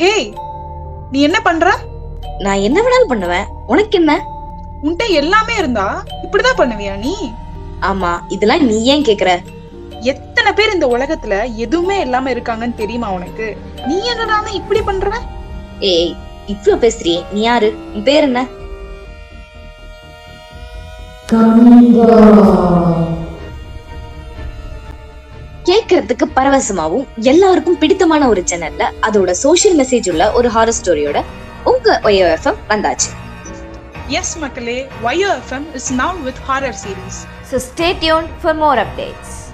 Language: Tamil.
ஹேய் நீ என்ன பண்ற நான் என்ன வேணாலும் பண்ணுவேன் உனக்கு என்ன உன்கிட்ட எல்லாமே இருந்தா இப்படிதான் பண்ணுவியா நீ ஆமா இதெல்லாம் நீ ஏன் கேக்குற எத்தனை பேர் இந்த உலகத்துல எதுவுமே இல்லாம இருக்காங்கன்னு தெரியுமா உனக்கு நீ என்னடானா இப்படி பண்ற ஏய் இவ்ளோ பேசுறியே நீ யாரு உன் பேர் என்ன கேட்கறதுக்கு பரவசமாவும் எல்லாருக்கும் பிடித்தமான ஒரு சேனல்ல அதோட சோஷியல் மெசேஜ் உள்ள ஒரு ஹாரர் ஸ்டோரியோட உங்க ஒய்எஃப்எம் வந்தாச்சு எஸ் மக்களே YOFM is now with horror series So stay tuned for more updates.